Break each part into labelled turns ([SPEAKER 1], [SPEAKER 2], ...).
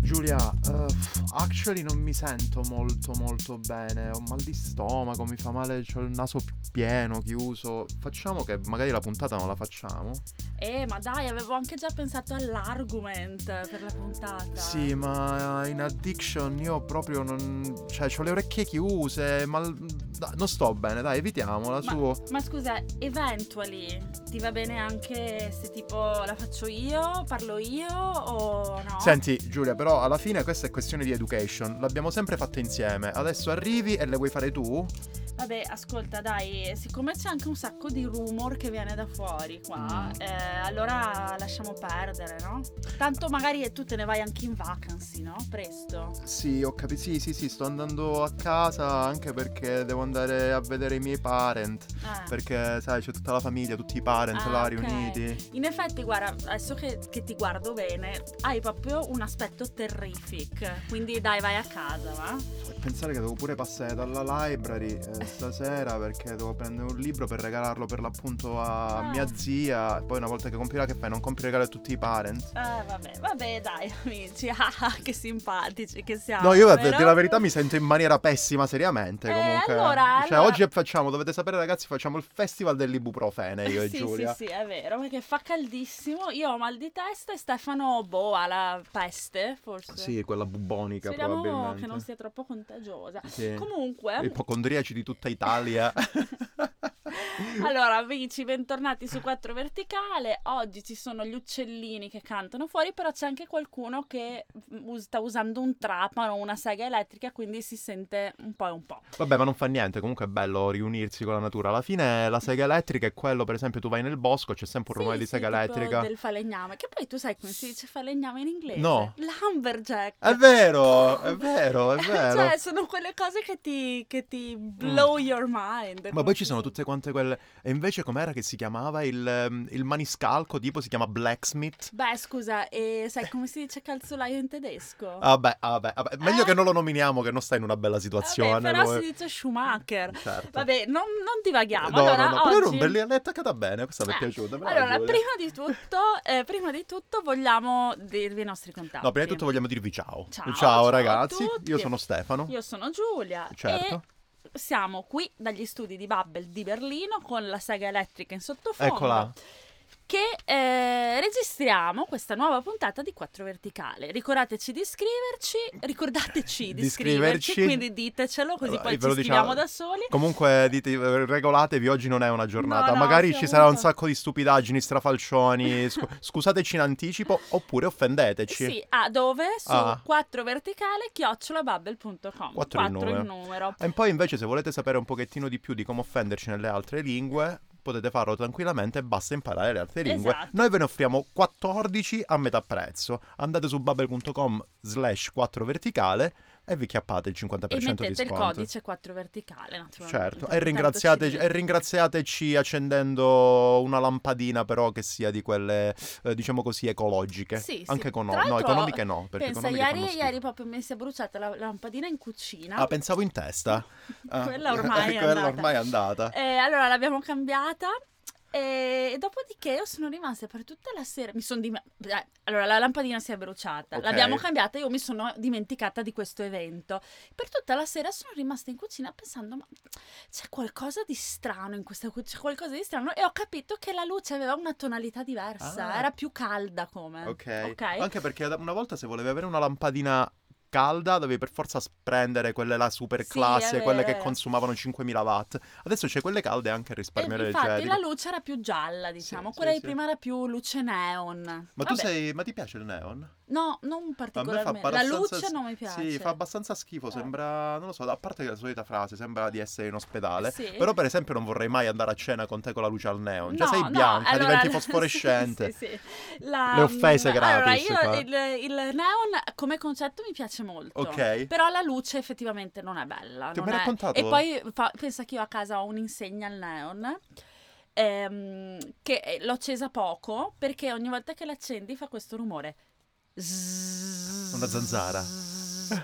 [SPEAKER 1] Giulia, eh, actually non mi sento molto molto bene, ho mal di stomaco, mi fa male, ho il naso pi- pieno, chiuso. Facciamo che magari la puntata non la facciamo?
[SPEAKER 2] Eh, ma dai, avevo anche già pensato all'argument per la puntata.
[SPEAKER 1] Sì, ma eh, in addiction io proprio non... cioè ho le orecchie chiuse, ma l- da- non sto bene, dai, evitiamola
[SPEAKER 2] Ma-
[SPEAKER 1] su.
[SPEAKER 2] Ma scusa, eventually ti va bene anche se tipo la faccio io, parlo io o no?
[SPEAKER 1] Senti Giulia, però alla fine questa è questione di education, l'abbiamo sempre fatta insieme, adesso arrivi e le vuoi fare tu?
[SPEAKER 2] Vabbè, ascolta, dai, siccome c'è anche un sacco di rumor che viene da fuori qua,
[SPEAKER 1] Mm.
[SPEAKER 2] eh, allora lasciamo perdere, no? Tanto magari tu te ne vai anche in vacancy, no? Presto.
[SPEAKER 1] Sì, ho capito. Sì, sì, sì, sto andando a casa anche perché devo andare a vedere i miei parent.
[SPEAKER 2] Eh.
[SPEAKER 1] Perché, sai, c'è tutta la famiglia, tutti i parent
[SPEAKER 2] Ah,
[SPEAKER 1] là
[SPEAKER 2] ok.
[SPEAKER 1] riuniti.
[SPEAKER 2] In effetti, guarda, adesso che, che ti guardo bene, hai proprio un aspetto terrific. Quindi dai, vai a casa, va?
[SPEAKER 1] E Pensare che devo pure passare dalla library eh, stasera perché devo prendere un libro per regalarlo per l'appunto a
[SPEAKER 2] Ah.
[SPEAKER 1] mia zia. E poi una volta che compirà che fai? Non compri regalo a tutti i parent?
[SPEAKER 2] Eh, vabbè, vabbè, dai, amici. Ah, che simpatici che siamo.
[SPEAKER 1] No, io a
[SPEAKER 2] vero?
[SPEAKER 1] dire la verità mi sento in maniera pessima, seriamente.
[SPEAKER 2] Eh,
[SPEAKER 1] comunque.
[SPEAKER 2] allora,
[SPEAKER 1] cioè,
[SPEAKER 2] allora-
[SPEAKER 1] oggi facciamo, dovete sapere, ragazzi, facciamo il festival dell'ibuprofene io e
[SPEAKER 2] sì,
[SPEAKER 1] Giulia.
[SPEAKER 2] Sì, sì, è vero, perché fa caldissimo. Io ho mal di testa e Stefano, boh, ha la peste, forse.
[SPEAKER 1] Sì, quella bubonica
[SPEAKER 2] Speriamo
[SPEAKER 1] probabilmente.
[SPEAKER 2] che non sia troppo contagiosa.
[SPEAKER 1] Sì.
[SPEAKER 2] Comunque,
[SPEAKER 1] ipocondriaci di tutta Italia.
[SPEAKER 2] Allora, amici, bentornati su 4 Verticale. Oggi ci sono gli uccellini che cantano fuori, però c'è anche qualcuno che mm, us- sta usando un trapano, una sega elettrica, quindi si sente un po' e un po'.
[SPEAKER 1] Vabbè, ma non fa niente, comunque è bello riunirsi con la natura. Alla fine la sega elettrica è quello, per esempio, tu vai nel bosco, c'è sempre un rumore
[SPEAKER 2] Sì,
[SPEAKER 1] di
[SPEAKER 2] sì,
[SPEAKER 1] sega
[SPEAKER 2] tipo
[SPEAKER 1] elettrica.
[SPEAKER 2] Del falegname, che poi tu sai come si dice falegname in inglese?
[SPEAKER 1] No.
[SPEAKER 2] Lumberjack.
[SPEAKER 1] È vero, è vero, è vero. Mm.
[SPEAKER 2] cioè, sono quelle cose che ti, che ti blow your mind.
[SPEAKER 1] Ma
[SPEAKER 2] come
[SPEAKER 1] poi ci
[SPEAKER 2] si
[SPEAKER 1] sono
[SPEAKER 2] dice.
[SPEAKER 1] tutte quante quelle... E invece com'era che si chiamava il, ehm, il maniscalco? Tipo si chiama blacksmith?
[SPEAKER 2] Beh, scusa, e sai come si dice calzolaio in tedesco?
[SPEAKER 1] Vabbè, vabbè, vabbè. Meglio
[SPEAKER 2] Oh. Eh?
[SPEAKER 1] che non lo nominiamo, che non sta in una bella
[SPEAKER 2] Vabbè,
[SPEAKER 1] situazione.
[SPEAKER 2] però
[SPEAKER 1] lui.
[SPEAKER 2] si dice Schumacher.
[SPEAKER 1] Certo.
[SPEAKER 2] Vabbè, non, non divaghiamo.
[SPEAKER 1] No,
[SPEAKER 2] allora,
[SPEAKER 1] no, no, però era
[SPEAKER 2] oggi-
[SPEAKER 1] un bel- l'hai attaccata bene, questa mi è
[SPEAKER 2] Eh,
[SPEAKER 1] piaciuta. brava
[SPEAKER 2] Allora,
[SPEAKER 1] Giulia.
[SPEAKER 2] prima di, tutto, eh, prima di tutto vogliamo dirvi i nostri contatti.
[SPEAKER 1] No, prima di tutto vogliamo dirvi ciao.
[SPEAKER 2] Ciao,
[SPEAKER 1] Ciao,
[SPEAKER 2] ciao a
[SPEAKER 1] ragazzi,
[SPEAKER 2] tutti.
[SPEAKER 1] io sono Stefano.
[SPEAKER 2] Io sono Giulia
[SPEAKER 1] Certo.
[SPEAKER 2] e siamo qui dagli studi di Babbel di Berlino con la saga elettrica in sottofondo.
[SPEAKER 1] Eccola.
[SPEAKER 2] Che eh, registriamo questa nuova puntata di 4 Verticale. Ricordateci di iscriverci, ricordateci di,
[SPEAKER 1] Di
[SPEAKER 2] iscriverci,
[SPEAKER 1] iscriverci.
[SPEAKER 2] quindi ditecelo così
[SPEAKER 1] Allora,
[SPEAKER 2] poi
[SPEAKER 1] ve
[SPEAKER 2] ci
[SPEAKER 1] lo diciamo.
[SPEAKER 2] scriviamo da soli.
[SPEAKER 1] Comunque dite, regolatevi, oggi non è una giornata.
[SPEAKER 2] No, no,
[SPEAKER 1] Magari
[SPEAKER 2] siamo
[SPEAKER 1] ci sarà un
[SPEAKER 2] molto-
[SPEAKER 1] sacco di stupidaggini, strafalcioni. scu- scusateci in anticipo oppure offendeteci.
[SPEAKER 2] Sì, a dove? Su
[SPEAKER 1] Ah.
[SPEAKER 2] 4 verticale chiocciolabubble.com
[SPEAKER 1] Quattro in numero.
[SPEAKER 2] numero.
[SPEAKER 1] E poi invece se volete sapere un pochettino di più di come offenderci nelle altre lingue, potete farlo tranquillamente, basta imparare le altre lingue.
[SPEAKER 2] Esatto.
[SPEAKER 1] Noi ve ne offriamo 14 a metà prezzo. Andate su bubble.com slash 4 verticale e vi chiappate il 50%
[SPEAKER 2] E
[SPEAKER 1] di
[SPEAKER 2] mettete il
[SPEAKER 1] sconto.
[SPEAKER 2] codice 4 verticale, naturalmente.
[SPEAKER 1] Certo, e eh,
[SPEAKER 2] Tanto
[SPEAKER 1] ringraziateci,
[SPEAKER 2] ci-
[SPEAKER 1] e ringraziateci accendendo una lampadina però che sia di quelle, eh, diciamo così, ecologiche.
[SPEAKER 2] Sì, sì.
[SPEAKER 1] Anche
[SPEAKER 2] Tra
[SPEAKER 1] economiche. No,
[SPEAKER 2] l'altro,
[SPEAKER 1] economiche no, perché
[SPEAKER 2] Pensa,
[SPEAKER 1] economiche fanno
[SPEAKER 2] ieri,
[SPEAKER 1] schifo.
[SPEAKER 2] ieri proprio mi si è bruciata la la lampadina in cucina.
[SPEAKER 1] Ah, pensavo in testa. Ah,
[SPEAKER 2] Quella ormai è
[SPEAKER 1] quella
[SPEAKER 2] andata.
[SPEAKER 1] ormai è andata.
[SPEAKER 2] Eh, allora l'abbiamo cambiata. eh, E dopodiché io sono rimasta per tutta la sera. Mi sono dime- eh, Allora, la lampadina si è bruciata.
[SPEAKER 1] Ok.
[SPEAKER 2] L'abbiamo cambiata. Io mi sono dimenticata di questo evento. Per tutta la sera sono rimasta in cucina pensando: ma c'è qualcosa di strano in questa cucina? C'è qualcosa di strano. E ho capito che la luce aveva una tonalità diversa.
[SPEAKER 1] Ah.
[SPEAKER 2] Era più calda come.
[SPEAKER 1] Ok. Anche perché da- una volta se volevi avere una lampadina calda dovevi per forza prendere quelle là super
[SPEAKER 2] Sì,
[SPEAKER 1] classe,
[SPEAKER 2] è
[SPEAKER 1] quelle
[SPEAKER 2] vero, è
[SPEAKER 1] che
[SPEAKER 2] vero.
[SPEAKER 1] consumavano 5000 watt. Adesso c'è quelle calde anche il
[SPEAKER 2] E
[SPEAKER 1] risparmio
[SPEAKER 2] infatti
[SPEAKER 1] energetico.
[SPEAKER 2] la luce era più gialla, diciamo.
[SPEAKER 1] sì,
[SPEAKER 2] Quella di
[SPEAKER 1] sì.
[SPEAKER 2] prima era più luce neon.
[SPEAKER 1] Ma tu
[SPEAKER 2] Vabbè.
[SPEAKER 1] sei ma ti piace il neon?
[SPEAKER 2] No, non
[SPEAKER 1] A me fa
[SPEAKER 2] particolarmente. La
[SPEAKER 1] abbastanza
[SPEAKER 2] luce
[SPEAKER 1] s-
[SPEAKER 2] non mi piace.
[SPEAKER 1] Sì, fa abbastanza schifo,
[SPEAKER 2] Eh.
[SPEAKER 1] sembra, non lo so, a parte la solita frase, sembra di essere in ospedale.
[SPEAKER 2] Sì.
[SPEAKER 1] Però per esempio non vorrei mai andare a cena con te con la luce al neon. Già
[SPEAKER 2] No,
[SPEAKER 1] sei
[SPEAKER 2] no,
[SPEAKER 1] bianca,
[SPEAKER 2] allora-
[SPEAKER 1] diventi fosforescente.
[SPEAKER 2] sì, sì, sì. La- mm,
[SPEAKER 1] Le offese
[SPEAKER 2] Allora,
[SPEAKER 1] gratis,
[SPEAKER 2] io
[SPEAKER 1] qua.
[SPEAKER 2] il, il neon come concetto mi piace molto.
[SPEAKER 1] Ok.
[SPEAKER 2] Però la luce effettivamente non è bella.
[SPEAKER 1] Ti ho
[SPEAKER 2] non
[SPEAKER 1] mai
[SPEAKER 2] è-
[SPEAKER 1] raccontato?
[SPEAKER 2] E poi fa- pensa che io a casa ho un'insegna al neon. ehm, che eh, l'ho accesa poco perché ogni volta che l'accendi fa questo rumore. Zzzz.
[SPEAKER 1] Una zanzara.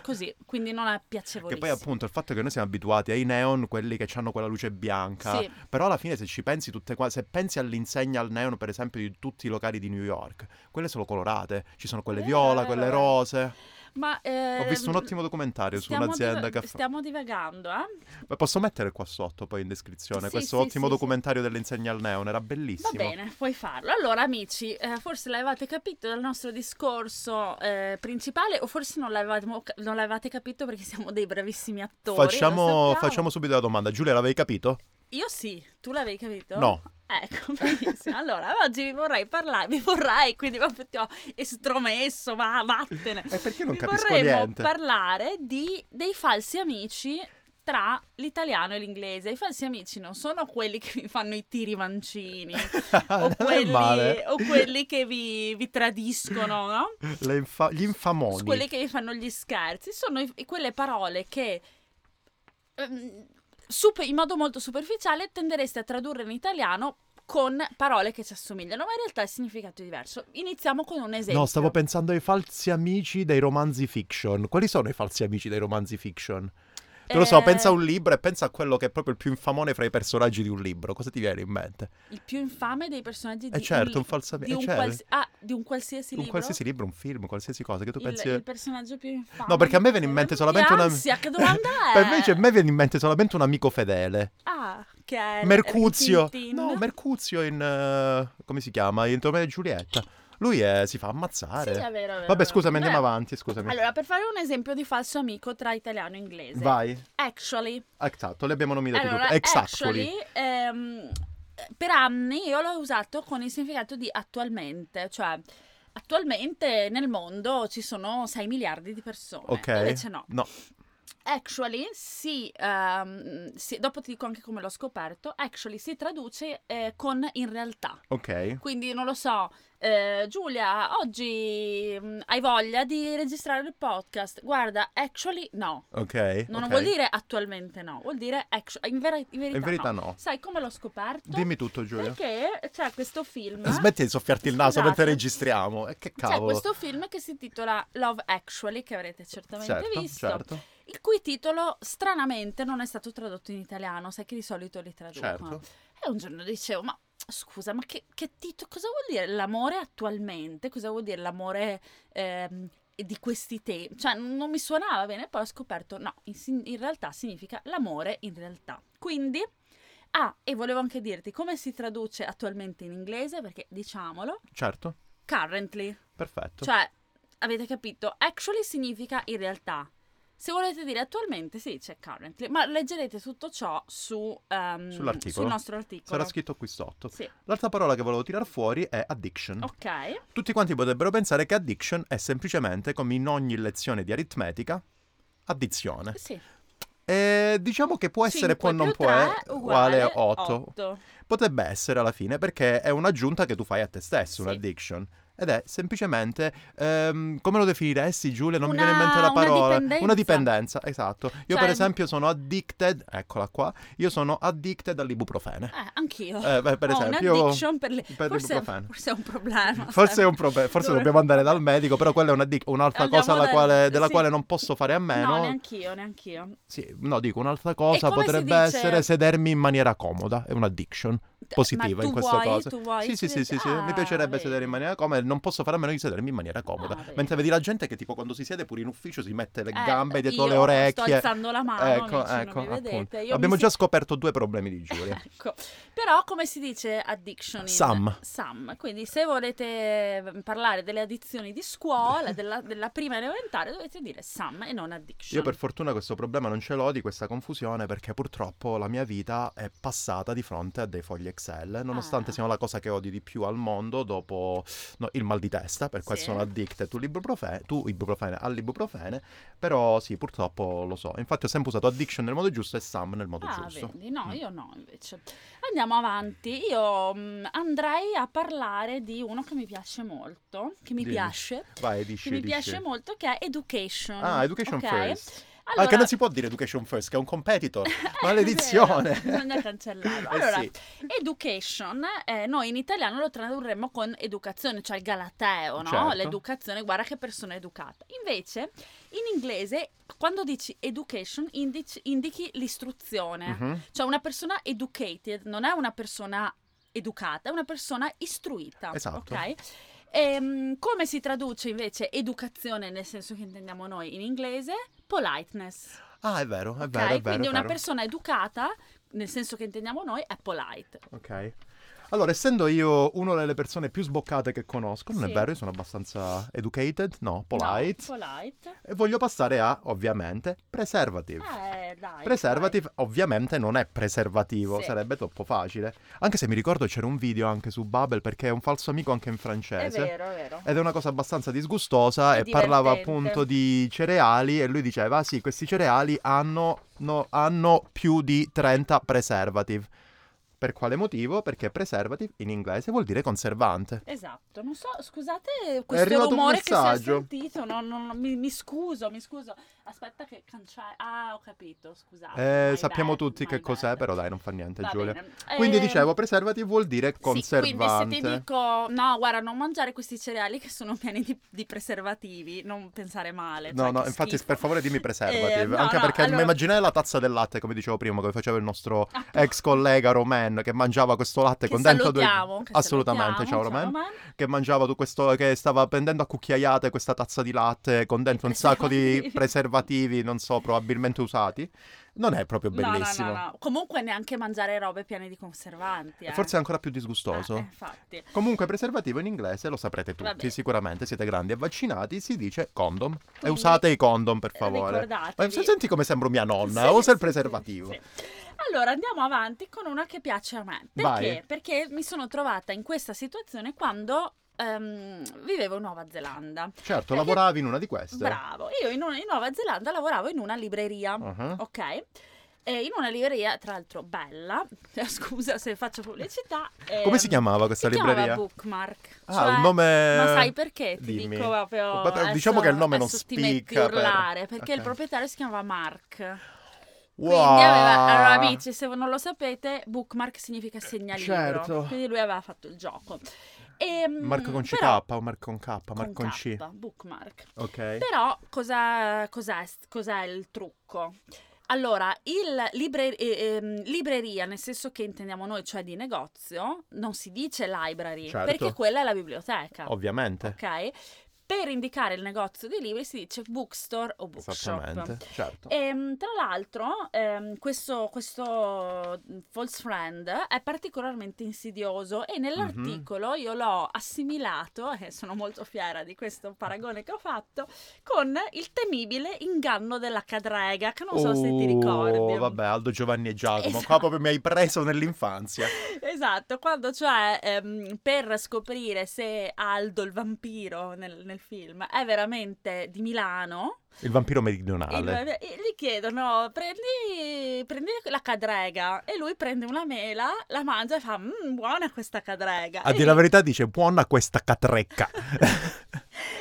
[SPEAKER 2] Così, quindi non è
[SPEAKER 1] Che
[SPEAKER 2] piacevolissimo.
[SPEAKER 1] poi appunto il fatto è che noi siamo abituati ai neon, quelli che hanno quella luce bianca.
[SPEAKER 2] Sì.
[SPEAKER 1] Però alla fine se ci pensi tutte qua, se pensi all'insegna al neon per esempio di tutti i locali di New York, quelle sono colorate, ci sono quelle
[SPEAKER 2] Vero,
[SPEAKER 1] viola,
[SPEAKER 2] vero,
[SPEAKER 1] quelle
[SPEAKER 2] vero.
[SPEAKER 1] rose.
[SPEAKER 2] Ma, eh,
[SPEAKER 1] Ho visto un ottimo documentario su
[SPEAKER 2] stiamo
[SPEAKER 1] un'azienda
[SPEAKER 2] diva-
[SPEAKER 1] che fa...
[SPEAKER 2] Stiamo divagando, eh?
[SPEAKER 1] Ma Posso mettere qua sotto poi in descrizione
[SPEAKER 2] Sì,
[SPEAKER 1] questo
[SPEAKER 2] sì,
[SPEAKER 1] ottimo
[SPEAKER 2] sì,
[SPEAKER 1] documentario dell'insegna al neon, era
[SPEAKER 2] Va
[SPEAKER 1] bellissimo.
[SPEAKER 2] bene, puoi farlo. Allora, amici, eh, forse l'avevate capito dal nostro discorso eh, principale, o forse non l'avevamo- non l'avevate capito perché siamo dei bravissimi attori. lo
[SPEAKER 1] Facciamo,
[SPEAKER 2] sappiamo.
[SPEAKER 1] facciamo subito la domanda. Giulia, l'avevi capito?
[SPEAKER 2] Io sì, tu l'avevi capito?
[SPEAKER 1] No.
[SPEAKER 2] Ecco, benissimo. Allora, oggi vi vorrei parlare, vi vorrei, quindi proprio ti ho estromesso, va, vattene.
[SPEAKER 1] E perché non
[SPEAKER 2] Vi
[SPEAKER 1] capisco
[SPEAKER 2] Eh, vorremmo
[SPEAKER 1] niente?
[SPEAKER 2] parlare di, dei falsi amici tra l'italiano e l'inglese. I falsi amici non sono quelli che vi fanno i tiri mancini
[SPEAKER 1] Ah, Non
[SPEAKER 2] o,
[SPEAKER 1] è
[SPEAKER 2] quelli,
[SPEAKER 1] male.
[SPEAKER 2] o quelli che vi, vi tradiscono, no?
[SPEAKER 1] Le infa- gli infamoni.
[SPEAKER 2] Quelli che vi fanno gli scherzi. Sono i- quelle parole che ehm, super- in modo molto superficiale tendereste a tradurre in italiano con parole che ci assomigliano, ma in realtà il significato è diverso. Iniziamo con un esempio.
[SPEAKER 1] No, stavo pensando ai falsi amici dei romanzi fiction. Quali sono i falsi amici dei romanzi fiction? Te lo so,
[SPEAKER 2] Eh,
[SPEAKER 1] pensa a un libro e pensa a quello che è proprio il più infamone fra i personaggi di un libro. Cosa ti viene in mente?
[SPEAKER 2] Il più infame dei personaggi di
[SPEAKER 1] Eh certo, un
[SPEAKER 2] li-
[SPEAKER 1] falso
[SPEAKER 2] di
[SPEAKER 1] amico.
[SPEAKER 2] un,
[SPEAKER 1] eh, certo.
[SPEAKER 2] qualsi- ah, di un qualsiasi
[SPEAKER 1] un
[SPEAKER 2] libro.
[SPEAKER 1] qualsiasi libro, un film, qualsiasi cosa che tu
[SPEAKER 2] il,
[SPEAKER 1] pensi...
[SPEAKER 2] il personaggio più infame.
[SPEAKER 1] No, perché a me
[SPEAKER 2] di
[SPEAKER 1] viene in mente
[SPEAKER 2] Tolomeo.
[SPEAKER 1] solamente
[SPEAKER 2] Che
[SPEAKER 1] una...
[SPEAKER 2] ansia, che domanda è?
[SPEAKER 1] Per me, a me viene in mente solamente un amico fedele.
[SPEAKER 2] Ah, che è
[SPEAKER 1] Mercuzio.
[SPEAKER 2] Rintintin.
[SPEAKER 1] No, Mercuzio in... eh, come si chiama? In Tomeo e Giulietta. Lui è- si fa ammazzare.
[SPEAKER 2] Sì, è vero, è vero,
[SPEAKER 1] Vabbè,
[SPEAKER 2] è
[SPEAKER 1] scusami,
[SPEAKER 2] vero.
[SPEAKER 1] andiamo
[SPEAKER 2] Beh,
[SPEAKER 1] avanti, scusami.
[SPEAKER 2] Allora, per fare un esempio di falso amico tra italiano e inglese.
[SPEAKER 1] Vai.
[SPEAKER 2] Actually.
[SPEAKER 1] Esatto, li abbiamo nominati
[SPEAKER 2] Allora, eh,
[SPEAKER 1] tutti. Exactly.
[SPEAKER 2] actually, ehm, per anni io l'ho usato con il significato di attualmente, cioè attualmente nel mondo ci sono 6 miliardi di persone.
[SPEAKER 1] Ok.
[SPEAKER 2] Invece no.
[SPEAKER 1] No.
[SPEAKER 2] Actually, si, ehm, si- dopo ti dico anche come l'ho scoperto, actually si traduce eh, con in realtà.
[SPEAKER 1] Ok.
[SPEAKER 2] Quindi non lo so, eh, Giulia, oggi mh, hai voglia di registrare il podcast? Guarda, actually no.
[SPEAKER 1] Ok.
[SPEAKER 2] Non
[SPEAKER 1] ok.
[SPEAKER 2] vuol dire attualmente no, vuol dire actu- in, vera- in verità.
[SPEAKER 1] In verità
[SPEAKER 2] no.
[SPEAKER 1] no.
[SPEAKER 2] Sai come l'ho scoperto?
[SPEAKER 1] Dimmi tutto, Giulia.
[SPEAKER 2] Perché c'è questo film.
[SPEAKER 1] Smetti di soffiarti il naso
[SPEAKER 2] Scusate.
[SPEAKER 1] mentre registriamo. Eh, che
[SPEAKER 2] C'è
[SPEAKER 1] cavolo.
[SPEAKER 2] Cioè, questo film che si intitola Love Actually, che avrete certamente
[SPEAKER 1] certo,
[SPEAKER 2] visto,
[SPEAKER 1] certo.
[SPEAKER 2] il cui titolo stranamente non è stato tradotto in italiano, sai che di solito li traducono.
[SPEAKER 1] Certo.
[SPEAKER 2] E un giorno dicevo, ma scusa, ma che, che titolo, cosa vuol dire l'amore attualmente? Cosa vuol dire l'amore ehm, di questi tempi? Cioè, non mi suonava bene, poi ho scoperto, no, in, sin- in realtà significa l'amore in realtà. Quindi, ah, e volevo anche dirti come si traduce attualmente in inglese, perché diciamolo,
[SPEAKER 1] Certo.
[SPEAKER 2] currently.
[SPEAKER 1] Perfetto.
[SPEAKER 2] Cioè, avete capito? Actually significa in realtà. Se volete dire attualmente si dice currently, ma leggerete tutto ciò su, ehm,
[SPEAKER 1] Sull'articolo.
[SPEAKER 2] sul nostro articolo.
[SPEAKER 1] Sarà scritto qui sotto.
[SPEAKER 2] Sì,
[SPEAKER 1] L'altra parola che volevo tirar fuori è addiction.
[SPEAKER 2] ok.
[SPEAKER 1] Tutti quanti potrebbero pensare che addiction è semplicemente, come in ogni lezione di aritmetica, addizione.
[SPEAKER 2] Sì.
[SPEAKER 1] E diciamo che può essere, può non può, è uguale a 8. Potrebbe essere alla fine perché è un'aggiunta che tu fai a te stesso,
[SPEAKER 2] Sì.
[SPEAKER 1] un'addiction. Ed è semplicemente, ehm, come lo definiresti Giulia? Non mi viene in
[SPEAKER 2] Una-
[SPEAKER 1] mente la
[SPEAKER 2] una
[SPEAKER 1] parola.
[SPEAKER 2] dipendenza.
[SPEAKER 1] dipendenza, esatto. Io
[SPEAKER 2] Cioè-
[SPEAKER 1] per esempio sono addicted, eccola qua, io sono addicted all'ibuprofene.
[SPEAKER 2] Eh, anch'io.
[SPEAKER 1] Eh, beh, per
[SPEAKER 2] Ho
[SPEAKER 1] esempio...
[SPEAKER 2] un'addiction per le...
[SPEAKER 1] per
[SPEAKER 2] Oh, forse,
[SPEAKER 1] l'ibuprofene.
[SPEAKER 2] forse è un problema.
[SPEAKER 1] Forse è
[SPEAKER 2] sai.
[SPEAKER 1] un problema, forse
[SPEAKER 2] Dovrei-
[SPEAKER 1] dobbiamo andare dal medico, però quella è una dic- un'altra
[SPEAKER 2] Andiamo
[SPEAKER 1] cosa alla
[SPEAKER 2] dal-
[SPEAKER 1] quale- della
[SPEAKER 2] sì.
[SPEAKER 1] quale non posso fare a meno.
[SPEAKER 2] No, neanch'io, neanch'io.
[SPEAKER 1] Sì, no, dico un'altra cosa,
[SPEAKER 2] E come si
[SPEAKER 1] potrebbe
[SPEAKER 2] dice-
[SPEAKER 1] essere sedermi in maniera comoda, è un'addiction positiva
[SPEAKER 2] Ma
[SPEAKER 1] in
[SPEAKER 2] tu
[SPEAKER 1] questo
[SPEAKER 2] vuoi,
[SPEAKER 1] caso.
[SPEAKER 2] Tu vuoi
[SPEAKER 1] Sì, sì, sì, sì, sì,
[SPEAKER 2] Ah,
[SPEAKER 1] mi piacerebbe
[SPEAKER 2] vedi.
[SPEAKER 1] sedere in maniera comoda, non posso fare a meno di sedermi in maniera comoda.
[SPEAKER 2] bene.
[SPEAKER 1] Mentre vedi la gente che tipo quando si siede pure in ufficio si mette le
[SPEAKER 2] Eh,
[SPEAKER 1] gambe dietro
[SPEAKER 2] io
[SPEAKER 1] le
[SPEAKER 2] Sto
[SPEAKER 1] orecchie.
[SPEAKER 2] alzando la mano,
[SPEAKER 1] Ecco,
[SPEAKER 2] amici,
[SPEAKER 1] ecco,
[SPEAKER 2] non mi vedete.
[SPEAKER 1] appunto.
[SPEAKER 2] Io mi
[SPEAKER 1] Abbiamo
[SPEAKER 2] si-
[SPEAKER 1] già scoperto due problemi di Giulia.
[SPEAKER 2] Ecco. Però come si dice addiction? in-
[SPEAKER 1] Sam.
[SPEAKER 2] Sam. Quindi se volete ehm, parlare delle addizioni di scuola, della, della prima elementare, dovete dire Sam e non addiction.
[SPEAKER 1] Io per fortuna questo problema non ce l'ho di questa confusione perché purtroppo la mia vita è passata di fronte a dei fogli Excel, nonostante
[SPEAKER 2] Ah.
[SPEAKER 1] siano la cosa che odio di più al mondo dopo no, il mal di testa, per cui
[SPEAKER 2] Sì.
[SPEAKER 1] sono addicted tu tu ibuprofene all'ibuprofene, però sì, purtroppo lo so. Infatti ho sempre usato addiction nel modo giusto e Sam nel modo
[SPEAKER 2] Ah,
[SPEAKER 1] giusto.
[SPEAKER 2] vedi, no,
[SPEAKER 1] Mm.
[SPEAKER 2] io no invece. Andiamo avanti. Io mm, andrei a parlare di uno che mi piace molto, che mi
[SPEAKER 1] Dimmi.
[SPEAKER 2] piace,
[SPEAKER 1] Vai,
[SPEAKER 2] che
[SPEAKER 1] dici,
[SPEAKER 2] mi
[SPEAKER 1] dici.
[SPEAKER 2] piace molto, che è Education.
[SPEAKER 1] Ah, education
[SPEAKER 2] ok?
[SPEAKER 1] first. Ah,
[SPEAKER 2] Allora,
[SPEAKER 1] che non si può dire education first, che è un competitor.
[SPEAKER 2] Eh,
[SPEAKER 1] Maledizione.
[SPEAKER 2] è vero, Bisogna cancellarlo.
[SPEAKER 1] Eh
[SPEAKER 2] Allora,
[SPEAKER 1] sì.
[SPEAKER 2] education, eh, noi in italiano lo tradurremmo con educazione, cioè il galateo, no?
[SPEAKER 1] Certo.
[SPEAKER 2] L'educazione, guarda che persona educata. Invece, in inglese, quando dici education, indici- indichi l'istruzione.
[SPEAKER 1] Mhm.
[SPEAKER 2] Cioè una persona educated non è una persona educata, è una persona istruita.
[SPEAKER 1] Esatto.
[SPEAKER 2] Ok? Ehm, come si traduce invece educazione nel senso che intendiamo noi in inglese? Politeness.
[SPEAKER 1] Ah, è vero, è
[SPEAKER 2] ok?
[SPEAKER 1] vero, è vero.
[SPEAKER 2] Quindi
[SPEAKER 1] è
[SPEAKER 2] una
[SPEAKER 1] vero.
[SPEAKER 2] persona educata nel senso che intendiamo noi è polite.
[SPEAKER 1] Ok. Allora, essendo io una delle persone più sboccate che conosco, non
[SPEAKER 2] Sì.
[SPEAKER 1] è vero, io sono abbastanza educated, no, polite.
[SPEAKER 2] No, polite.
[SPEAKER 1] E voglio passare a, ovviamente, preservative.
[SPEAKER 2] Eh, dai.
[SPEAKER 1] Preservative ovviamente non è preservativo,
[SPEAKER 2] Sì.
[SPEAKER 1] sarebbe troppo facile. Anche se mi ricordo c'era un video anche su Bubble perché è un falso amico anche in
[SPEAKER 2] dai. È
[SPEAKER 1] francese.
[SPEAKER 2] vero, è vero.
[SPEAKER 1] Ed è una cosa abbastanza disgustosa
[SPEAKER 2] È
[SPEAKER 1] e parlava
[SPEAKER 2] divertente.
[SPEAKER 1] appunto di cereali e lui diceva sì, questi cereali hanno, no- hanno più di 30 preservative. Per quale motivo? Perché preservative in inglese vuol dire conservante.
[SPEAKER 2] Esatto, non so, scusate questo
[SPEAKER 1] arrivato un
[SPEAKER 2] rumore che si è
[SPEAKER 1] messaggio.
[SPEAKER 2] sentito, no, no, no, mi, mi scuso, mi scuso, aspetta che cancella, ah ho capito, scusate.
[SPEAKER 1] Eh,
[SPEAKER 2] my
[SPEAKER 1] sappiamo
[SPEAKER 2] bad,
[SPEAKER 1] tutti
[SPEAKER 2] my
[SPEAKER 1] che
[SPEAKER 2] bad.
[SPEAKER 1] cos'è, però dai, non fa niente
[SPEAKER 2] Va
[SPEAKER 1] Giulia.
[SPEAKER 2] bene.
[SPEAKER 1] Quindi
[SPEAKER 2] Eh,
[SPEAKER 1] dicevo, preservative vuol dire
[SPEAKER 2] sì, quindi se
[SPEAKER 1] conservante.
[SPEAKER 2] ti dico no, guarda, non mangiare questi cereali che sono pieni di, di preservativi, non pensare male.
[SPEAKER 1] No,
[SPEAKER 2] cioè,
[SPEAKER 1] no,
[SPEAKER 2] che
[SPEAKER 1] infatti
[SPEAKER 2] schifo.
[SPEAKER 1] per favore dimmi preservative,
[SPEAKER 2] Eh, no,
[SPEAKER 1] anche
[SPEAKER 2] no,
[SPEAKER 1] perché
[SPEAKER 2] allora-
[SPEAKER 1] mi immaginai la tazza del latte, come dicevo prima, come faceva il nostro
[SPEAKER 2] Ah,
[SPEAKER 1] ex collega Roman che mangiava questo latte
[SPEAKER 2] che
[SPEAKER 1] con dentro due
[SPEAKER 2] salutiamo, che
[SPEAKER 1] assolutamente, ciao
[SPEAKER 2] salutiamo,
[SPEAKER 1] Roman,
[SPEAKER 2] Roman.
[SPEAKER 1] che mangiava tu questo che stava prendendo a cucchiaiate questa tazza di latte con dentro un sacco di
[SPEAKER 2] preservativi.
[SPEAKER 1] preservativi, non so, probabilmente usati. Non è proprio
[SPEAKER 2] No, no,
[SPEAKER 1] bellissimo.
[SPEAKER 2] no, no. Comunque neanche mangiare robe piene di conservanti. eh.
[SPEAKER 1] Forse è ancora più
[SPEAKER 2] Ah, eh,
[SPEAKER 1] disgustoso.
[SPEAKER 2] infatti.
[SPEAKER 1] Comunque preservativo in inglese lo saprete tutti,
[SPEAKER 2] Vabbè.
[SPEAKER 1] sicuramente siete grandi e vaccinati, si dice condom. e
[SPEAKER 2] Quindi,
[SPEAKER 1] usate i condom per
[SPEAKER 2] eh,
[SPEAKER 1] favore. Ma
[SPEAKER 2] ricordatevi.
[SPEAKER 1] se senti come sembro mia nonna,
[SPEAKER 2] Sì,
[SPEAKER 1] usa il
[SPEAKER 2] sì,
[SPEAKER 1] preservativo.
[SPEAKER 2] sì, sì. Allora andiamo avanti con una che piace a me.
[SPEAKER 1] Vai.
[SPEAKER 2] Perché? Perché mi sono trovata in questa situazione quando ehm, vivevo in Nuova Zelanda.
[SPEAKER 1] Certo,
[SPEAKER 2] Perché-
[SPEAKER 1] lavoravi in una di queste.
[SPEAKER 2] Bravo, io in, un- in Nuova Zelanda lavoravo in una libreria,
[SPEAKER 1] Uh-huh.
[SPEAKER 2] ok? E in una libreria, tra l'altro, bella. Scusa se faccio pubblicità.
[SPEAKER 1] Come si
[SPEAKER 2] ehm,
[SPEAKER 1] chiamava questa
[SPEAKER 2] Si
[SPEAKER 1] libreria?
[SPEAKER 2] chiamava Bookmark.
[SPEAKER 1] ah,
[SPEAKER 2] cioè-
[SPEAKER 1] un nome
[SPEAKER 2] Ma sai perché? Ti
[SPEAKER 1] Eh, Dimmi.
[SPEAKER 2] dico proprio.
[SPEAKER 1] Vabbè,
[SPEAKER 2] adesso-
[SPEAKER 1] diciamo che il nome non
[SPEAKER 2] adesso ti metti
[SPEAKER 1] spicca
[SPEAKER 2] a
[SPEAKER 1] per-
[SPEAKER 2] urlare perché il
[SPEAKER 1] Ok.
[SPEAKER 2] proprietario si chiamava Mark.
[SPEAKER 1] Wow.
[SPEAKER 2] Quindi aveva, allora amici, se non lo sapete, bookmark significa segnalibro.
[SPEAKER 1] Certo.
[SPEAKER 2] Quindi lui aveva fatto il gioco. E, mm,
[SPEAKER 1] Marco con CK
[SPEAKER 2] però-
[SPEAKER 1] o Marco con K, Marco con,
[SPEAKER 2] con
[SPEAKER 1] C.
[SPEAKER 2] K, bookmark.
[SPEAKER 1] Ok.
[SPEAKER 2] Però cosa, cos'è, cos'è il trucco? Allora, il libre- eh, ehm, libreria, nel senso che intendiamo noi, cioè di negozio, non si dice library,
[SPEAKER 1] Certo.
[SPEAKER 2] perché quella è la biblioteca,
[SPEAKER 1] Ovviamente.
[SPEAKER 2] ok? Per indicare il negozio dei libri si dice bookstore o bookshop.
[SPEAKER 1] Esattamente. Certo.
[SPEAKER 2] E, tra l'altro, ehm, questo, questo false friend è particolarmente insidioso e nell'articolo
[SPEAKER 1] Mhm.
[SPEAKER 2] io l'ho assimilato, e sono molto fiera di questo paragone che ho fatto, con il temibile inganno della cadrega, che non so se ti
[SPEAKER 1] Oh,
[SPEAKER 2] ricordi.
[SPEAKER 1] vabbè, Aldo Giovanni e Giacomo, qua
[SPEAKER 2] Esatto.
[SPEAKER 1] proprio mi hai preso nell'infanzia.
[SPEAKER 2] Esatto, quando cioè ehm, per scoprire se Aldo il vampiro nel, nel film è veramente di Milano,
[SPEAKER 1] Il vampiro
[SPEAKER 2] Il-
[SPEAKER 1] meridionale.
[SPEAKER 2] e gli chiedono prendi, prendi la cadrega e lui prende una mela, la mangia e fa "Mm, buona questa cadrega
[SPEAKER 1] A
[SPEAKER 2] e,
[SPEAKER 1] dire la verità dice buona questa catrecca.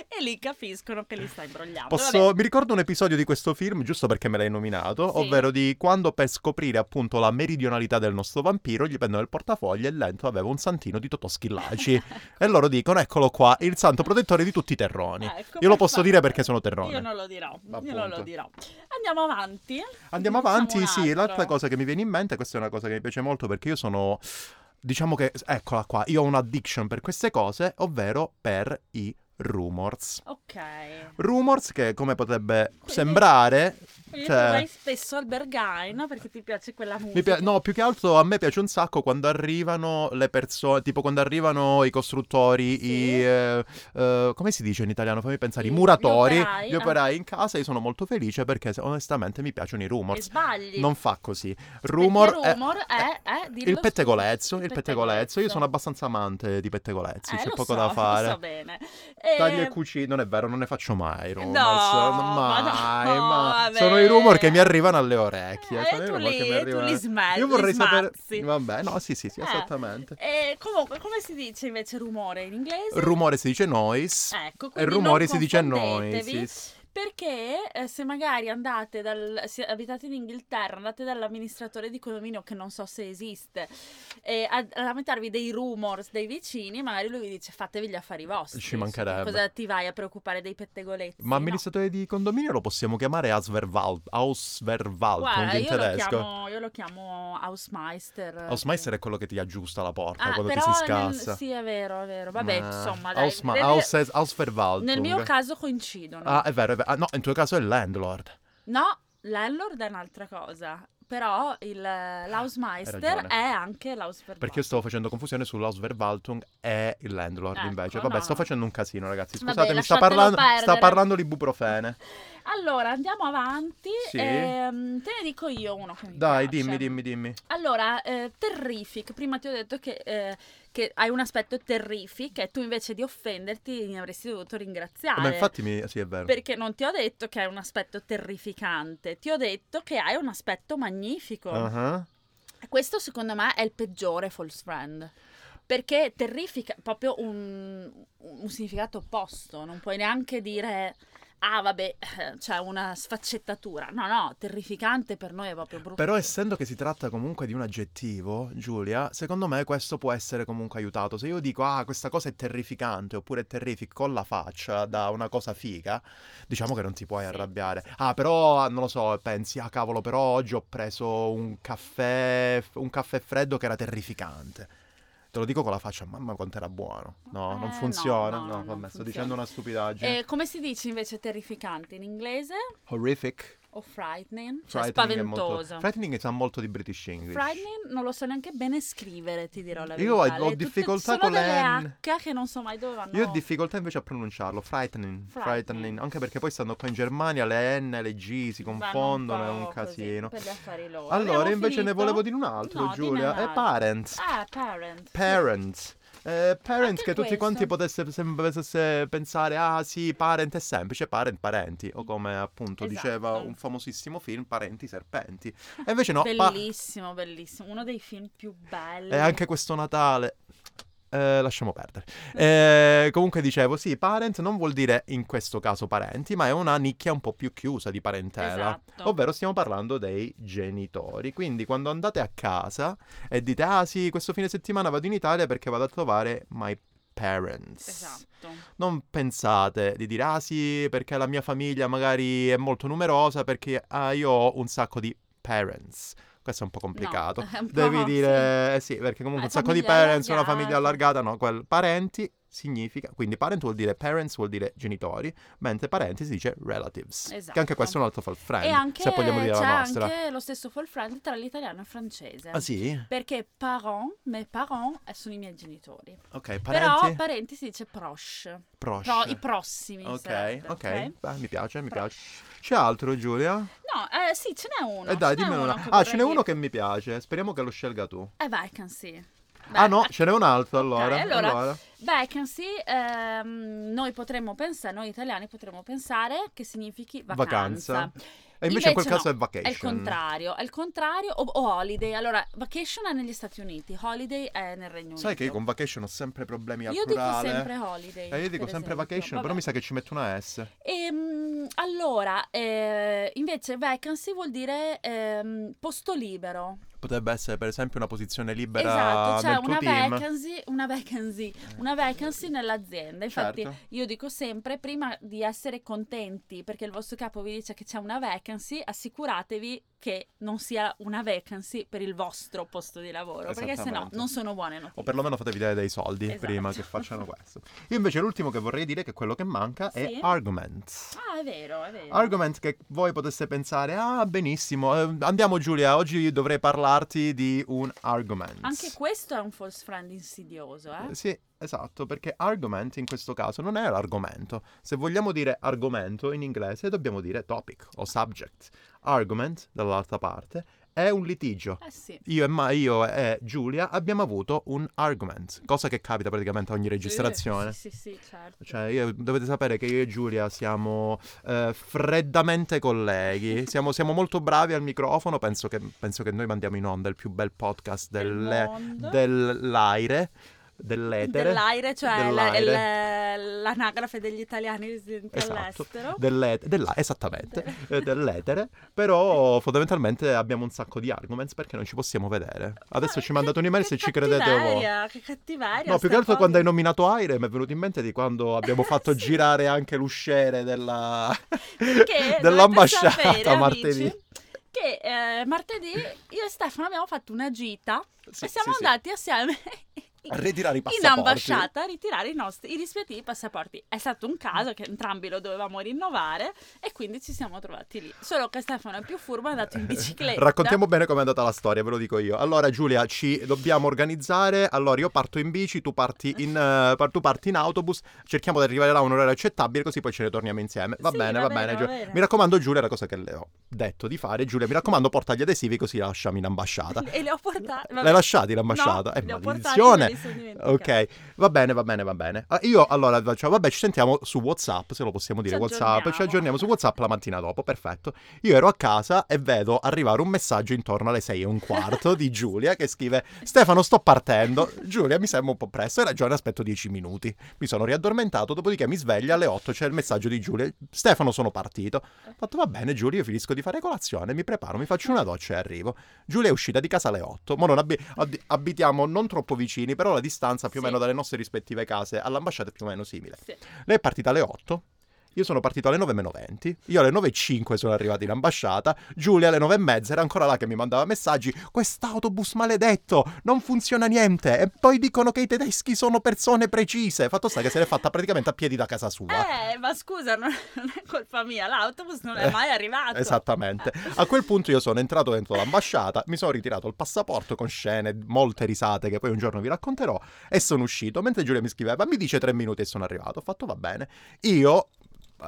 [SPEAKER 2] e lì capiscono che li sta imbrogliando.
[SPEAKER 1] Posso- mi ricordo un episodio di questo film, giusto perché me l'hai nominato,
[SPEAKER 2] Sì.
[SPEAKER 1] ovvero di quando per scoprire appunto la meridionalità del nostro vampiro gli prendono il portafoglio e lento aveva un santino di Totò Schillaci. e loro dicono eccolo qua, il santo protettore di tutti i terroni.
[SPEAKER 2] Vabbè, ecco,
[SPEAKER 1] Io lo posso
[SPEAKER 2] perfetto.
[SPEAKER 1] dire perché sono terrone.
[SPEAKER 2] Io non lo dirò, io non
[SPEAKER 1] Appunto.
[SPEAKER 2] lo dirò. Andiamo avanti.
[SPEAKER 1] Andiamo
[SPEAKER 2] Facciamo
[SPEAKER 1] avanti,
[SPEAKER 2] diciamo un
[SPEAKER 1] sì,
[SPEAKER 2] altro.
[SPEAKER 1] l'altra cosa che mi viene in mente, questa è una cosa che mi piace molto perché io sono, diciamo che, eccola qua, io ho un'addiction per queste cose, ovvero per i rumors.
[SPEAKER 2] Ok.
[SPEAKER 1] Rumors che come potrebbe
[SPEAKER 2] Quindi-
[SPEAKER 1] sembrare...
[SPEAKER 2] Quindi
[SPEAKER 1] cioè-
[SPEAKER 2] tu vai spesso al Berghain perché ti piace quella musica.
[SPEAKER 1] Mi pia- no, più che altro a me piace un sacco quando arrivano le persone, tipo quando arrivano i costruttori,
[SPEAKER 2] Sì.
[SPEAKER 1] i... eh, eh, come si dice in italiano? Fammi pensare, i
[SPEAKER 2] Gli-
[SPEAKER 1] muratori,
[SPEAKER 2] gli operai,
[SPEAKER 1] gli
[SPEAKER 2] ah.
[SPEAKER 1] operai in casa, io sono molto felice perché se- onestamente mi piacciono i
[SPEAKER 2] E
[SPEAKER 1] rumors.
[SPEAKER 2] sbagli.
[SPEAKER 1] Non fa così.
[SPEAKER 2] perché
[SPEAKER 1] Rumor, è-
[SPEAKER 2] rumor è, è- dillo
[SPEAKER 1] il
[SPEAKER 2] tu.
[SPEAKER 1] pettegolezzo, il pettegolezzo. Io
[SPEAKER 2] Il pettegolezzo.
[SPEAKER 1] sono abbastanza amante di pettegolezzi,
[SPEAKER 2] Eh,
[SPEAKER 1] c'è
[SPEAKER 2] lo
[SPEAKER 1] poco
[SPEAKER 2] so,
[SPEAKER 1] da fare.
[SPEAKER 2] Lo so bene. Eh, E-
[SPEAKER 1] Tagli e cucini, non è vero, non ne faccio mai rumors.
[SPEAKER 2] No,
[SPEAKER 1] mai,
[SPEAKER 2] ma no,
[SPEAKER 1] mai.
[SPEAKER 2] vabbè.
[SPEAKER 1] Sono i rumor che mi arrivano alle orecchie.
[SPEAKER 2] Eh,
[SPEAKER 1] sono i
[SPEAKER 2] tu
[SPEAKER 1] rumor che
[SPEAKER 2] li-
[SPEAKER 1] mi
[SPEAKER 2] tu
[SPEAKER 1] arrivano-
[SPEAKER 2] li smal-
[SPEAKER 1] Io
[SPEAKER 2] li
[SPEAKER 1] vorrei sapere.
[SPEAKER 2] smazzi.
[SPEAKER 1] Vabbè, no, sì, sì, sì,
[SPEAKER 2] Eh.
[SPEAKER 1] esattamente.
[SPEAKER 2] E comunque, come si dice invece rumore in inglese?
[SPEAKER 1] Rumore si dice noise.
[SPEAKER 2] Ecco,
[SPEAKER 1] E
[SPEAKER 2] quindi non
[SPEAKER 1] rumori si dice
[SPEAKER 2] confondetevi,
[SPEAKER 1] noise.
[SPEAKER 2] Perché eh, se magari andate dal, se abitate in Inghilterra, andate dall'amministratore di condominio che non so se esiste, eh, a, a lamentarvi dei rumors dei vicini, magari lui vi dice fatevi gli affari vostri.
[SPEAKER 1] Ci mancherebbe.
[SPEAKER 2] Cosa ti vai a preoccupare dei pettegolezzi?
[SPEAKER 1] Ma
[SPEAKER 2] No.
[SPEAKER 1] amministratore di condominio lo possiamo chiamare Asverwald, Ausverwald,
[SPEAKER 2] Guarda,
[SPEAKER 1] in
[SPEAKER 2] io lo,
[SPEAKER 1] tedesco.
[SPEAKER 2] chiamo, io lo chiamo Hausmeister.
[SPEAKER 1] Hausmeister è quello che ti aggiusta la porta
[SPEAKER 2] Ah,
[SPEAKER 1] quando
[SPEAKER 2] però
[SPEAKER 1] ti si
[SPEAKER 2] nel-
[SPEAKER 1] scassa.
[SPEAKER 2] sì, è vero, è vero. Vabbè,
[SPEAKER 1] Ma-
[SPEAKER 2] insomma, dai,
[SPEAKER 1] Hausma-
[SPEAKER 2] nel-
[SPEAKER 1] Hauses- Hausverwaltung.
[SPEAKER 2] nel mio caso coincidono.
[SPEAKER 1] Ah, è vero, è vero. Ah, no, in tuo caso è il landlord.
[SPEAKER 2] No, landlord è un'altra cosa. Però il,
[SPEAKER 1] Ah, hai
[SPEAKER 2] l'Hausmeister
[SPEAKER 1] ragione.
[SPEAKER 2] è anche l'Hausverwaltung.
[SPEAKER 1] Perché io stavo facendo confusione sull'Hausverwaltung e il landlord
[SPEAKER 2] Ecco,
[SPEAKER 1] invece. Vabbè,
[SPEAKER 2] no,
[SPEAKER 1] sto
[SPEAKER 2] no.
[SPEAKER 1] facendo un casino, ragazzi.
[SPEAKER 2] Vabbè,
[SPEAKER 1] Scusatemi, sta,
[SPEAKER 2] lasciatelo
[SPEAKER 1] parlando, sta
[SPEAKER 2] perdere.
[SPEAKER 1] parlando di buprofene.
[SPEAKER 2] Allora, andiamo avanti.
[SPEAKER 1] Sì.
[SPEAKER 2] Ehm, te ne dico io uno che mi
[SPEAKER 1] Dai,
[SPEAKER 2] piace.
[SPEAKER 1] dimmi, dimmi, dimmi.
[SPEAKER 2] Allora, eh, terrific. Prima ti ho detto che, eh, che hai un aspetto terrific e tu invece di offenderti mi avresti dovuto ringraziare.
[SPEAKER 1] Ma infatti mi... Sì, è vero.
[SPEAKER 2] Ah, eh, Perché non ti ho detto che hai un aspetto terrificante, ti ho detto che hai un aspetto magnifico.
[SPEAKER 1] Ah,
[SPEAKER 2] Questo secondo me è il peggiore false friend. Perché terrifica proprio un, un significato opposto, non puoi neanche dire ah vabbè, eh, c'è una sfaccettatura. No, no, terrificante per noi è proprio brutto.
[SPEAKER 1] Però essendo che si tratta comunque di un aggettivo, Giulia, secondo me questo può essere comunque aiutato. Se io dico, ah, questa cosa è terrificante oppure è terrific con la faccia da una cosa figa, diciamo che non ti puoi
[SPEAKER 2] Sì.
[SPEAKER 1] arrabbiare. Ah, però, ah, non lo so, pensi, ah, cavolo, però oggi ho preso un caffè, un caffè freddo che era terrificante. Te lo dico con la faccia, mamma quanto era buono. No,
[SPEAKER 2] Eh,
[SPEAKER 1] non
[SPEAKER 2] no,
[SPEAKER 1] funziona.
[SPEAKER 2] no,
[SPEAKER 1] No,
[SPEAKER 2] no, non
[SPEAKER 1] vabbè, sto
[SPEAKER 2] funziona. Eh,
[SPEAKER 1] dicendo una stupidaggine.
[SPEAKER 2] E come si dice invece terrificante in inglese?
[SPEAKER 1] Horrific.
[SPEAKER 2] O frightening? Cioè
[SPEAKER 1] Frightening è molto-
[SPEAKER 2] spaventoso.
[SPEAKER 1] Frightening sa molto di British English.
[SPEAKER 2] Frightening non lo so neanche bene scrivere, ti dirò la
[SPEAKER 1] Io ho-
[SPEAKER 2] verità. Le-
[SPEAKER 1] ho
[SPEAKER 2] tutte-
[SPEAKER 1] difficoltà
[SPEAKER 2] sono
[SPEAKER 1] con le N.
[SPEAKER 2] delle H che non so mai dove vanno.
[SPEAKER 1] Io ho difficoltà invece a pronunciarlo, frightening, frightening,
[SPEAKER 2] Frightening.
[SPEAKER 1] anche perché poi stanno qua in Germania, le N, le G si
[SPEAKER 2] vanno
[SPEAKER 1] confondono, è
[SPEAKER 2] po'
[SPEAKER 1] un
[SPEAKER 2] così,
[SPEAKER 1] casino.
[SPEAKER 2] per gli affari loro.
[SPEAKER 1] Allora,
[SPEAKER 2] Abbiamo
[SPEAKER 1] invece ne
[SPEAKER 2] finito?
[SPEAKER 1] volevo dire un altro,
[SPEAKER 2] No, dimmi
[SPEAKER 1] Giulia,
[SPEAKER 2] un
[SPEAKER 1] è
[SPEAKER 2] altro.
[SPEAKER 1] parents,
[SPEAKER 2] Ah, parent.
[SPEAKER 1] parents. Eh, parents
[SPEAKER 2] Anche
[SPEAKER 1] che tutti
[SPEAKER 2] questo.
[SPEAKER 1] quanti potesse- sem- potesse pensare, ah sì, parent è semplice, parent, parenti, o come appunto
[SPEAKER 2] Esatto.
[SPEAKER 1] diceva un famosissimo film, parenti, serpenti. E invece no, pa-
[SPEAKER 2] bellissimo, bellissimo. Uno dei film più belli.
[SPEAKER 1] E Eh, anche questo Natale. Eh, lasciamo perdere.
[SPEAKER 2] Mm.
[SPEAKER 1] Eh, comunque dicevo, sì, parent non vuol dire in questo caso parenti, ma è una nicchia un po' più chiusa di parentela.
[SPEAKER 2] Esatto.
[SPEAKER 1] Ovvero stiamo parlando dei genitori. Quindi quando andate a casa e dite, ah sì, questo fine settimana vado in Italia perché vado a trovare my parents.
[SPEAKER 2] Esatto.
[SPEAKER 1] Non pensate di dire, ah sì, perché la mia famiglia magari è molto numerosa, perché ah, io ho un sacco di parents. Questo è un po' complicato.
[SPEAKER 2] No, è un po'
[SPEAKER 1] Devi
[SPEAKER 2] sì.
[SPEAKER 1] dire, eh sì, perché comunque
[SPEAKER 2] Ma
[SPEAKER 1] un sacco di
[SPEAKER 2] famiglia
[SPEAKER 1] parents, una famiglia
[SPEAKER 2] allargata.
[SPEAKER 1] allargata, no, quel parenti significa, quindi parent vuol dire parents vuol dire genitori, mentre parenti si dice relatives, che
[SPEAKER 2] Esatto.
[SPEAKER 1] anche questo è un altro fal friend,
[SPEAKER 2] E anche
[SPEAKER 1] se vogliamo dire
[SPEAKER 2] c'è
[SPEAKER 1] la nostra.
[SPEAKER 2] anche lo stesso full friend tra l'italiano e il francese.
[SPEAKER 1] Ah sì?
[SPEAKER 2] Perché parent, mes parents eh, sono i miei genitori.
[SPEAKER 1] Ok,
[SPEAKER 2] Però
[SPEAKER 1] parenti,
[SPEAKER 2] parenti si dice proche.
[SPEAKER 1] proche.
[SPEAKER 2] Pro- I eh, prossimi.
[SPEAKER 1] ok,
[SPEAKER 2] sarebbe,
[SPEAKER 1] ok, Beh, mi piace, mi
[SPEAKER 2] Proche.
[SPEAKER 1] piace. C'è altro Giulia?
[SPEAKER 2] No, eh, sì, ce n'è uno.
[SPEAKER 1] Eh dai,
[SPEAKER 2] ce n'è
[SPEAKER 1] dimmene
[SPEAKER 2] uno
[SPEAKER 1] una.
[SPEAKER 2] che
[SPEAKER 1] Ah, ce n'è
[SPEAKER 2] vorrei
[SPEAKER 1] uno che mi piace. Speriamo che lo scelga tu.
[SPEAKER 2] dire. È vacancy.
[SPEAKER 1] ah,
[SPEAKER 2] Beh, eh.
[SPEAKER 1] no, ce n'è un altro allora.
[SPEAKER 2] allora,
[SPEAKER 1] allora.
[SPEAKER 2] Vacancy, ehm, noi potremmo pensare, noi italiani potremmo pensare che significhi vacanza.
[SPEAKER 1] Vacanza. E invece in quel
[SPEAKER 2] invece
[SPEAKER 1] caso
[SPEAKER 2] no,
[SPEAKER 1] è vacation.
[SPEAKER 2] È il contrario, è il contrario o, o holiday. Allora, vacation è negli Stati Uniti, holiday è nel Regno Unito.
[SPEAKER 1] Sai che io con vacation ho sempre problemi al
[SPEAKER 2] Io dico
[SPEAKER 1] plurale.
[SPEAKER 2] sempre holiday.
[SPEAKER 1] E io dico
[SPEAKER 2] per
[SPEAKER 1] sempre
[SPEAKER 2] esempio.
[SPEAKER 1] vacation, però
[SPEAKER 2] Vabbè.
[SPEAKER 1] mi sa che ci metto una S.
[SPEAKER 2] Ehm, allora, eh, invece vacancy vuol dire ehm, posto libero.
[SPEAKER 1] Potrebbe essere per esempio una posizione libera
[SPEAKER 2] Esatto,
[SPEAKER 1] nel
[SPEAKER 2] cioè
[SPEAKER 1] tuo
[SPEAKER 2] una
[SPEAKER 1] team.
[SPEAKER 2] vacancy, una vacancy, una vacancy nell'azienda. Infatti
[SPEAKER 1] Certo.
[SPEAKER 2] io dico sempre, prima di essere contenti perché il vostro capo vi dice che c'è una vacancy, assicuratevi che non sia una vacancy per il vostro posto di lavoro, perché se no
[SPEAKER 1] Esattamente.
[SPEAKER 2] non sono buone notizie.
[SPEAKER 1] O perlomeno fatevi dare dei soldi
[SPEAKER 2] Esatto.
[SPEAKER 1] prima che facciano questo. Io invece l'ultimo che vorrei dire che è quello che manca è
[SPEAKER 2] Sì.
[SPEAKER 1] argument.
[SPEAKER 2] Ah, è vero, è vero.
[SPEAKER 1] Argument che voi poteste pensare, ah benissimo, eh, andiamo Giulia, oggi dovrei parlarti di un argument.
[SPEAKER 2] Anche questo è un false friend insidioso, eh?
[SPEAKER 1] Eh, Sì, esatto, perché argument in questo caso non è l'argomento. Se vogliamo dire argomento in inglese dobbiamo dire topic o subject. Argument, dall'altra parte, è un litigio.
[SPEAKER 2] Eh sì.
[SPEAKER 1] Io e, ma- io e Giulia abbiamo avuto un argument, cosa che capita praticamente a ogni registrazione.
[SPEAKER 2] Sì, sì, sì, certo.
[SPEAKER 1] Cioè, io- dovete sapere che io e Giulia siamo eh, freddamente colleghi, siamo, siamo molto bravi al microfono, penso che, penso che noi mandiamo in onda il più bel podcast
[SPEAKER 2] Del
[SPEAKER 1] delle-
[SPEAKER 2] mondo.
[SPEAKER 1] dell'aire. dell'etere.
[SPEAKER 2] Dell'aire, cioè l-
[SPEAKER 1] dell'aire.
[SPEAKER 2] l- l'anagrafe degli italiani residenti
[SPEAKER 1] Esatto.
[SPEAKER 2] all'estero.
[SPEAKER 1] dell'etere, della, esattamente, eh, dell'etere, però fondamentalmente abbiamo un sacco di arguments perché non ci possiamo vedere. Adesso
[SPEAKER 2] Ma
[SPEAKER 1] ci mandate
[SPEAKER 2] che-
[SPEAKER 1] un'email
[SPEAKER 2] Ah, che
[SPEAKER 1] se ci credete o no.
[SPEAKER 2] cattiveria, Che cattiveria.
[SPEAKER 1] No, più che
[SPEAKER 2] sta
[SPEAKER 1] altro quando hai
[SPEAKER 2] cosa.
[SPEAKER 1] nominato Aire mi è venuto in mente di quando abbiamo fatto
[SPEAKER 2] Sì.
[SPEAKER 1] girare anche l'usciere della...
[SPEAKER 2] Perché
[SPEAKER 1] dell'ambasciata
[SPEAKER 2] dovete sapere,
[SPEAKER 1] martedì.
[SPEAKER 2] amici, che eh, martedì io e Stefano abbiamo fatto una gita
[SPEAKER 1] Sì,
[SPEAKER 2] e siamo
[SPEAKER 1] sì, sì.
[SPEAKER 2] andati assieme in-
[SPEAKER 1] A ritirare i
[SPEAKER 2] in
[SPEAKER 1] passaporti.
[SPEAKER 2] ambasciata a ritirare i nostri i rispettivi passaporti. È stato un caso che entrambi lo dovevamo rinnovare e quindi ci siamo trovati lì. Solo che Stefano è più furbo, è andato in bicicletta.
[SPEAKER 1] Raccontiamo bene com'è andata la storia, ve lo dico io. Allora, Giulia, ci dobbiamo organizzare. Allora, io parto in bici, tu parti in, eh, par- tu parti in autobus. Cerchiamo di arrivare là a un orario accettabile, così poi ce ne torniamo insieme. Va
[SPEAKER 2] Sì,
[SPEAKER 1] bene, va, bene. Giulia. Mi raccomando, Giulia, la cosa che le ho detto di fare. Giulia, mi raccomando, porta gli adesivi così la lasciamo in ambasciata.
[SPEAKER 2] E le ho portate.
[SPEAKER 1] L'hai lasciati in ambasciata?
[SPEAKER 2] No,
[SPEAKER 1] Eh,
[SPEAKER 2] le ho portate, me
[SPEAKER 1] maledizione.
[SPEAKER 2] li sono dimenticati.
[SPEAKER 1] Ok, va bene, va bene, va bene. Ah, Io allora faccio, vabbè, ci sentiamo su WhatsApp, se lo possiamo dire,
[SPEAKER 2] Ci
[SPEAKER 1] WhatsApp, ci
[SPEAKER 2] aggiorniamo.
[SPEAKER 1] aggiorniamo su WhatsApp la mattina dopo, perfetto. Io ero a casa e vedo arrivare un messaggio intorno alle 6 e un quarto di Giulia che scrive Stefano sto partendo, Giulia mi sembra un po' presto, hai ragione, aspetto 10 minuti. Mi sono riaddormentato, dopodiché mi sveglio alle 8, c'è il messaggio di Giulia, Stefano sono partito. Ho fatto va bene Giulia, io finisco di fare colazione, mi preparo, mi faccio una doccia e arrivo. Giulia è uscita di casa alle 8. Mo non abi- ad- abitiamo non troppo vicini, però la distanza più o
[SPEAKER 2] Sì.
[SPEAKER 1] meno dalle nostre rispettive case all'ambasciata è più o meno simile.
[SPEAKER 2] Sì.
[SPEAKER 1] Lei è partita alle 8. Io sono partito alle 9.20, io alle 9.05 sono arrivato in ambasciata, Giulia alle 9.30 era ancora là che mi mandava messaggi, quest'autobus maledetto, non funziona niente, e poi dicono che i tedeschi sono persone precise, fatto sta che se l'è fatta praticamente a piedi da casa sua.
[SPEAKER 2] Eh, ma scusa, non, non è colpa mia, l'autobus non
[SPEAKER 1] Eh,
[SPEAKER 2] è mai arrivato.
[SPEAKER 1] esatto, Esattamente. A quel punto io sono entrato dentro l'ambasciata, mi sono ritirato il passaporto con scene, molte risate che poi un giorno vi racconterò e sono uscito. Mentre Giulia mi scriveva, mi dice tre minuti e sono arrivato. Ho fatto va bene. Io,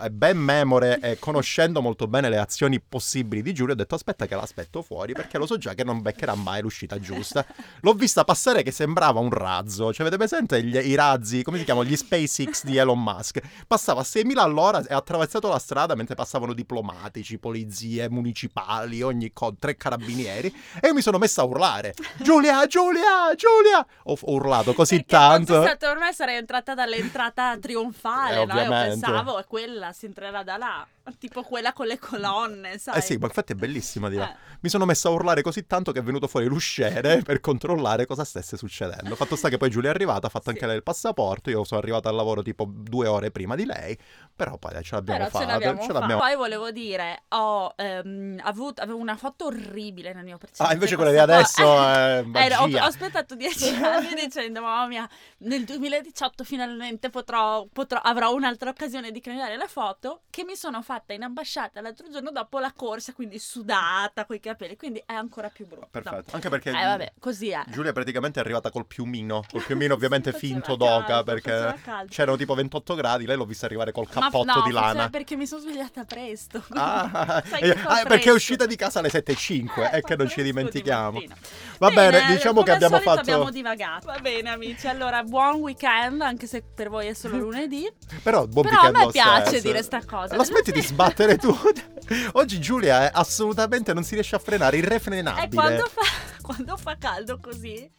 [SPEAKER 1] eh, ben memore e conoscendo molto bene le azioni possibili di Giulia, ho detto aspetta che l'aspetto fuori perché lo so già che non beccherà mai l'uscita giusta. L'ho vista passare che sembrava un razzo. Cioè, avete presente gli- i razzi, come si chiamano? Gli SpaceX di Elon Musk. Passava a 6.000 all'ora e ha attraversato la strada mentre passavano diplomatici, polizie, municipali, ogni co- tre carabinieri. E io mi sono messa a urlare. Giulia, Giulia, Giulia! Ho, ho urlato così
[SPEAKER 2] Perché
[SPEAKER 1] tanto.
[SPEAKER 2] fosse stato per me sarei entrata dall'entrata trionfale,
[SPEAKER 1] Eh,
[SPEAKER 2] no? Io
[SPEAKER 1] ovviamente.
[SPEAKER 2] pensavo è quella, si entrerà da là, tipo quella con le colonne, sai?
[SPEAKER 1] Eh sì, ma infatti è bellissima di là.
[SPEAKER 2] Eh.
[SPEAKER 1] Mi sono messa a urlare così tanto che è venuto fuori l'usciere per controllare cosa stesse succedendo. Fatto sta che poi Giulia è arrivata, ha fatto
[SPEAKER 2] Sì.
[SPEAKER 1] anche lei il passaporto. Io sono arrivato al lavoro tipo due ore prima di lei, però poi ce l'abbiamo
[SPEAKER 2] Però ce
[SPEAKER 1] fatta.
[SPEAKER 2] l'abbiamo
[SPEAKER 1] ce
[SPEAKER 2] fatta.
[SPEAKER 1] l'abbiamo-
[SPEAKER 2] Poi volevo dire, ho ehm, avuto, avevo una foto orribile nel mio precedente
[SPEAKER 1] Ah, invece quella di adesso
[SPEAKER 2] passaporto.
[SPEAKER 1] è
[SPEAKER 2] Era- ho,
[SPEAKER 1] magia.
[SPEAKER 2] ho aspettato dieci anni dicendo, mamma mia, nel 2018 finalmente potrò, potrò- avrò un'altra occasione di cambiare la foto che mi sono fatta in ambasciata l'altro giorno dopo la corsa, quindi sudata, coi capelli, quindi è ancora più brutta.
[SPEAKER 1] Perfetto, anche perché
[SPEAKER 2] Eh vabbè, così è.
[SPEAKER 1] Giulia praticamente è arrivata col piumino, col piumino ovviamente
[SPEAKER 2] Faceva
[SPEAKER 1] finto
[SPEAKER 2] caldo,
[SPEAKER 1] d'oca perché
[SPEAKER 2] faceva caldo.
[SPEAKER 1] c'erano tipo 28 gradi, lei l'ho vista arrivare col
[SPEAKER 2] Ma
[SPEAKER 1] cappotto
[SPEAKER 2] no,
[SPEAKER 1] di
[SPEAKER 2] forse
[SPEAKER 1] lana.
[SPEAKER 2] perché mi sono svegliata presto.
[SPEAKER 1] Ah,
[SPEAKER 2] Sai
[SPEAKER 1] eh,
[SPEAKER 2] che fa
[SPEAKER 1] ah, perché è
[SPEAKER 2] fresco.
[SPEAKER 1] uscita di casa alle 7.05
[SPEAKER 2] Eh,
[SPEAKER 1] e che non
[SPEAKER 2] fa fresco
[SPEAKER 1] ci
[SPEAKER 2] di
[SPEAKER 1] dimentichiamo.
[SPEAKER 2] mattina.
[SPEAKER 1] Va bene,
[SPEAKER 2] Bene, eh,
[SPEAKER 1] diciamo che
[SPEAKER 2] come al
[SPEAKER 1] abbiamo
[SPEAKER 2] solito
[SPEAKER 1] fatto...
[SPEAKER 2] abbiamo divagato. Va bene, amici. Allora, buon weekend, anche se per voi è solo lunedì.
[SPEAKER 1] Però, buon
[SPEAKER 2] Però a
[SPEAKER 1] weekend
[SPEAKER 2] me
[SPEAKER 1] lo
[SPEAKER 2] piace
[SPEAKER 1] stesso.
[SPEAKER 2] dire sta cosa.
[SPEAKER 1] La smetti di sbattere tu. Oggi Giulia è assolutamente non si riesce a frenare,
[SPEAKER 2] E
[SPEAKER 1] irrefrenabile.
[SPEAKER 2] quando fa, quando fa caldo così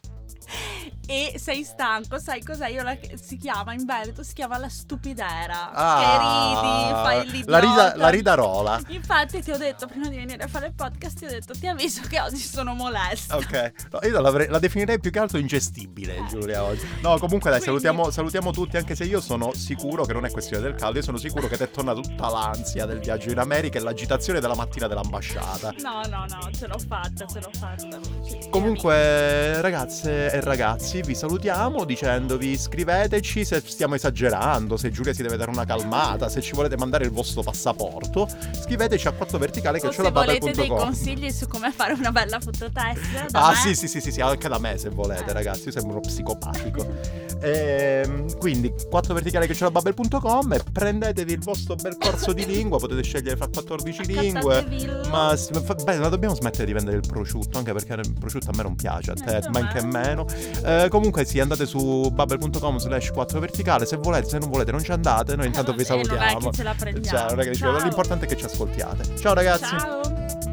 [SPEAKER 2] e sei stanco, sai cos'è? Io la- si chiama in Veneto, si chiama la stupidera.
[SPEAKER 1] Ah,
[SPEAKER 2] che ridi, fai l'idiota.
[SPEAKER 1] la, rida, la ridarola.
[SPEAKER 2] Infatti ti ho detto prima di venire a fare il podcast, ti ho detto ti avviso che oggi sono molesta.
[SPEAKER 1] Ok, No, io la, la definirei più che altro ingestibile Giulia oggi. No, comunque dai,
[SPEAKER 2] Eh, Quindi-
[SPEAKER 1] salutiamo, salutiamo tutti, anche se io sono sicuro che non è questione del caldo, io sono sicuro che ti è tornata tutta l'ansia del viaggio in America e l'agitazione della mattina dell'ambasciata.
[SPEAKER 2] No, no, no, ce l'ho fatta, ce l'ho fatta. amici.
[SPEAKER 1] Comunque, ragazze e ragazzi, vi salutiamo dicendovi iscriveteci se stiamo esagerando, se Giulia si deve dare una calmata, se ci volete mandare il vostro passaporto, scriveteci a 4 verticale che
[SPEAKER 2] O
[SPEAKER 1] ce
[SPEAKER 2] se
[SPEAKER 1] la
[SPEAKER 2] volete dei consigli su come fare una bella fototessera da
[SPEAKER 1] Ah
[SPEAKER 2] me,
[SPEAKER 1] sì, sì, sì, sì, sì, anche da me se volete,
[SPEAKER 2] Eh.
[SPEAKER 1] ragazzi, io sembro uno psicopatico. Ehm, quindi 4 verticale che ce la babbel.com e prendetevi il vostro bel corso di lingua, potete scegliere fra 14 lingue.
[SPEAKER 2] accattatevilla.
[SPEAKER 1] Ma s- fa- beh, ma dobbiamo smettere di vendere il prosciutto, anche perché il prosciutto a me non piace, a te,
[SPEAKER 2] Eh,
[SPEAKER 1] ma anche a
[SPEAKER 2] insomma.
[SPEAKER 1] meno. Eh, comunque sì, andate su babbel.com slash 4 verticale, se volete, se non volete non ci andate, noi intanto vi
[SPEAKER 2] E Eh, non è
[SPEAKER 1] salutiamo.
[SPEAKER 2] che ce la prendiamo.
[SPEAKER 1] Cioè, non è che dicevo,
[SPEAKER 2] Ciao.
[SPEAKER 1] l'importante è che ci ascoltiate. Ciao ragazzi!
[SPEAKER 2] Ciao.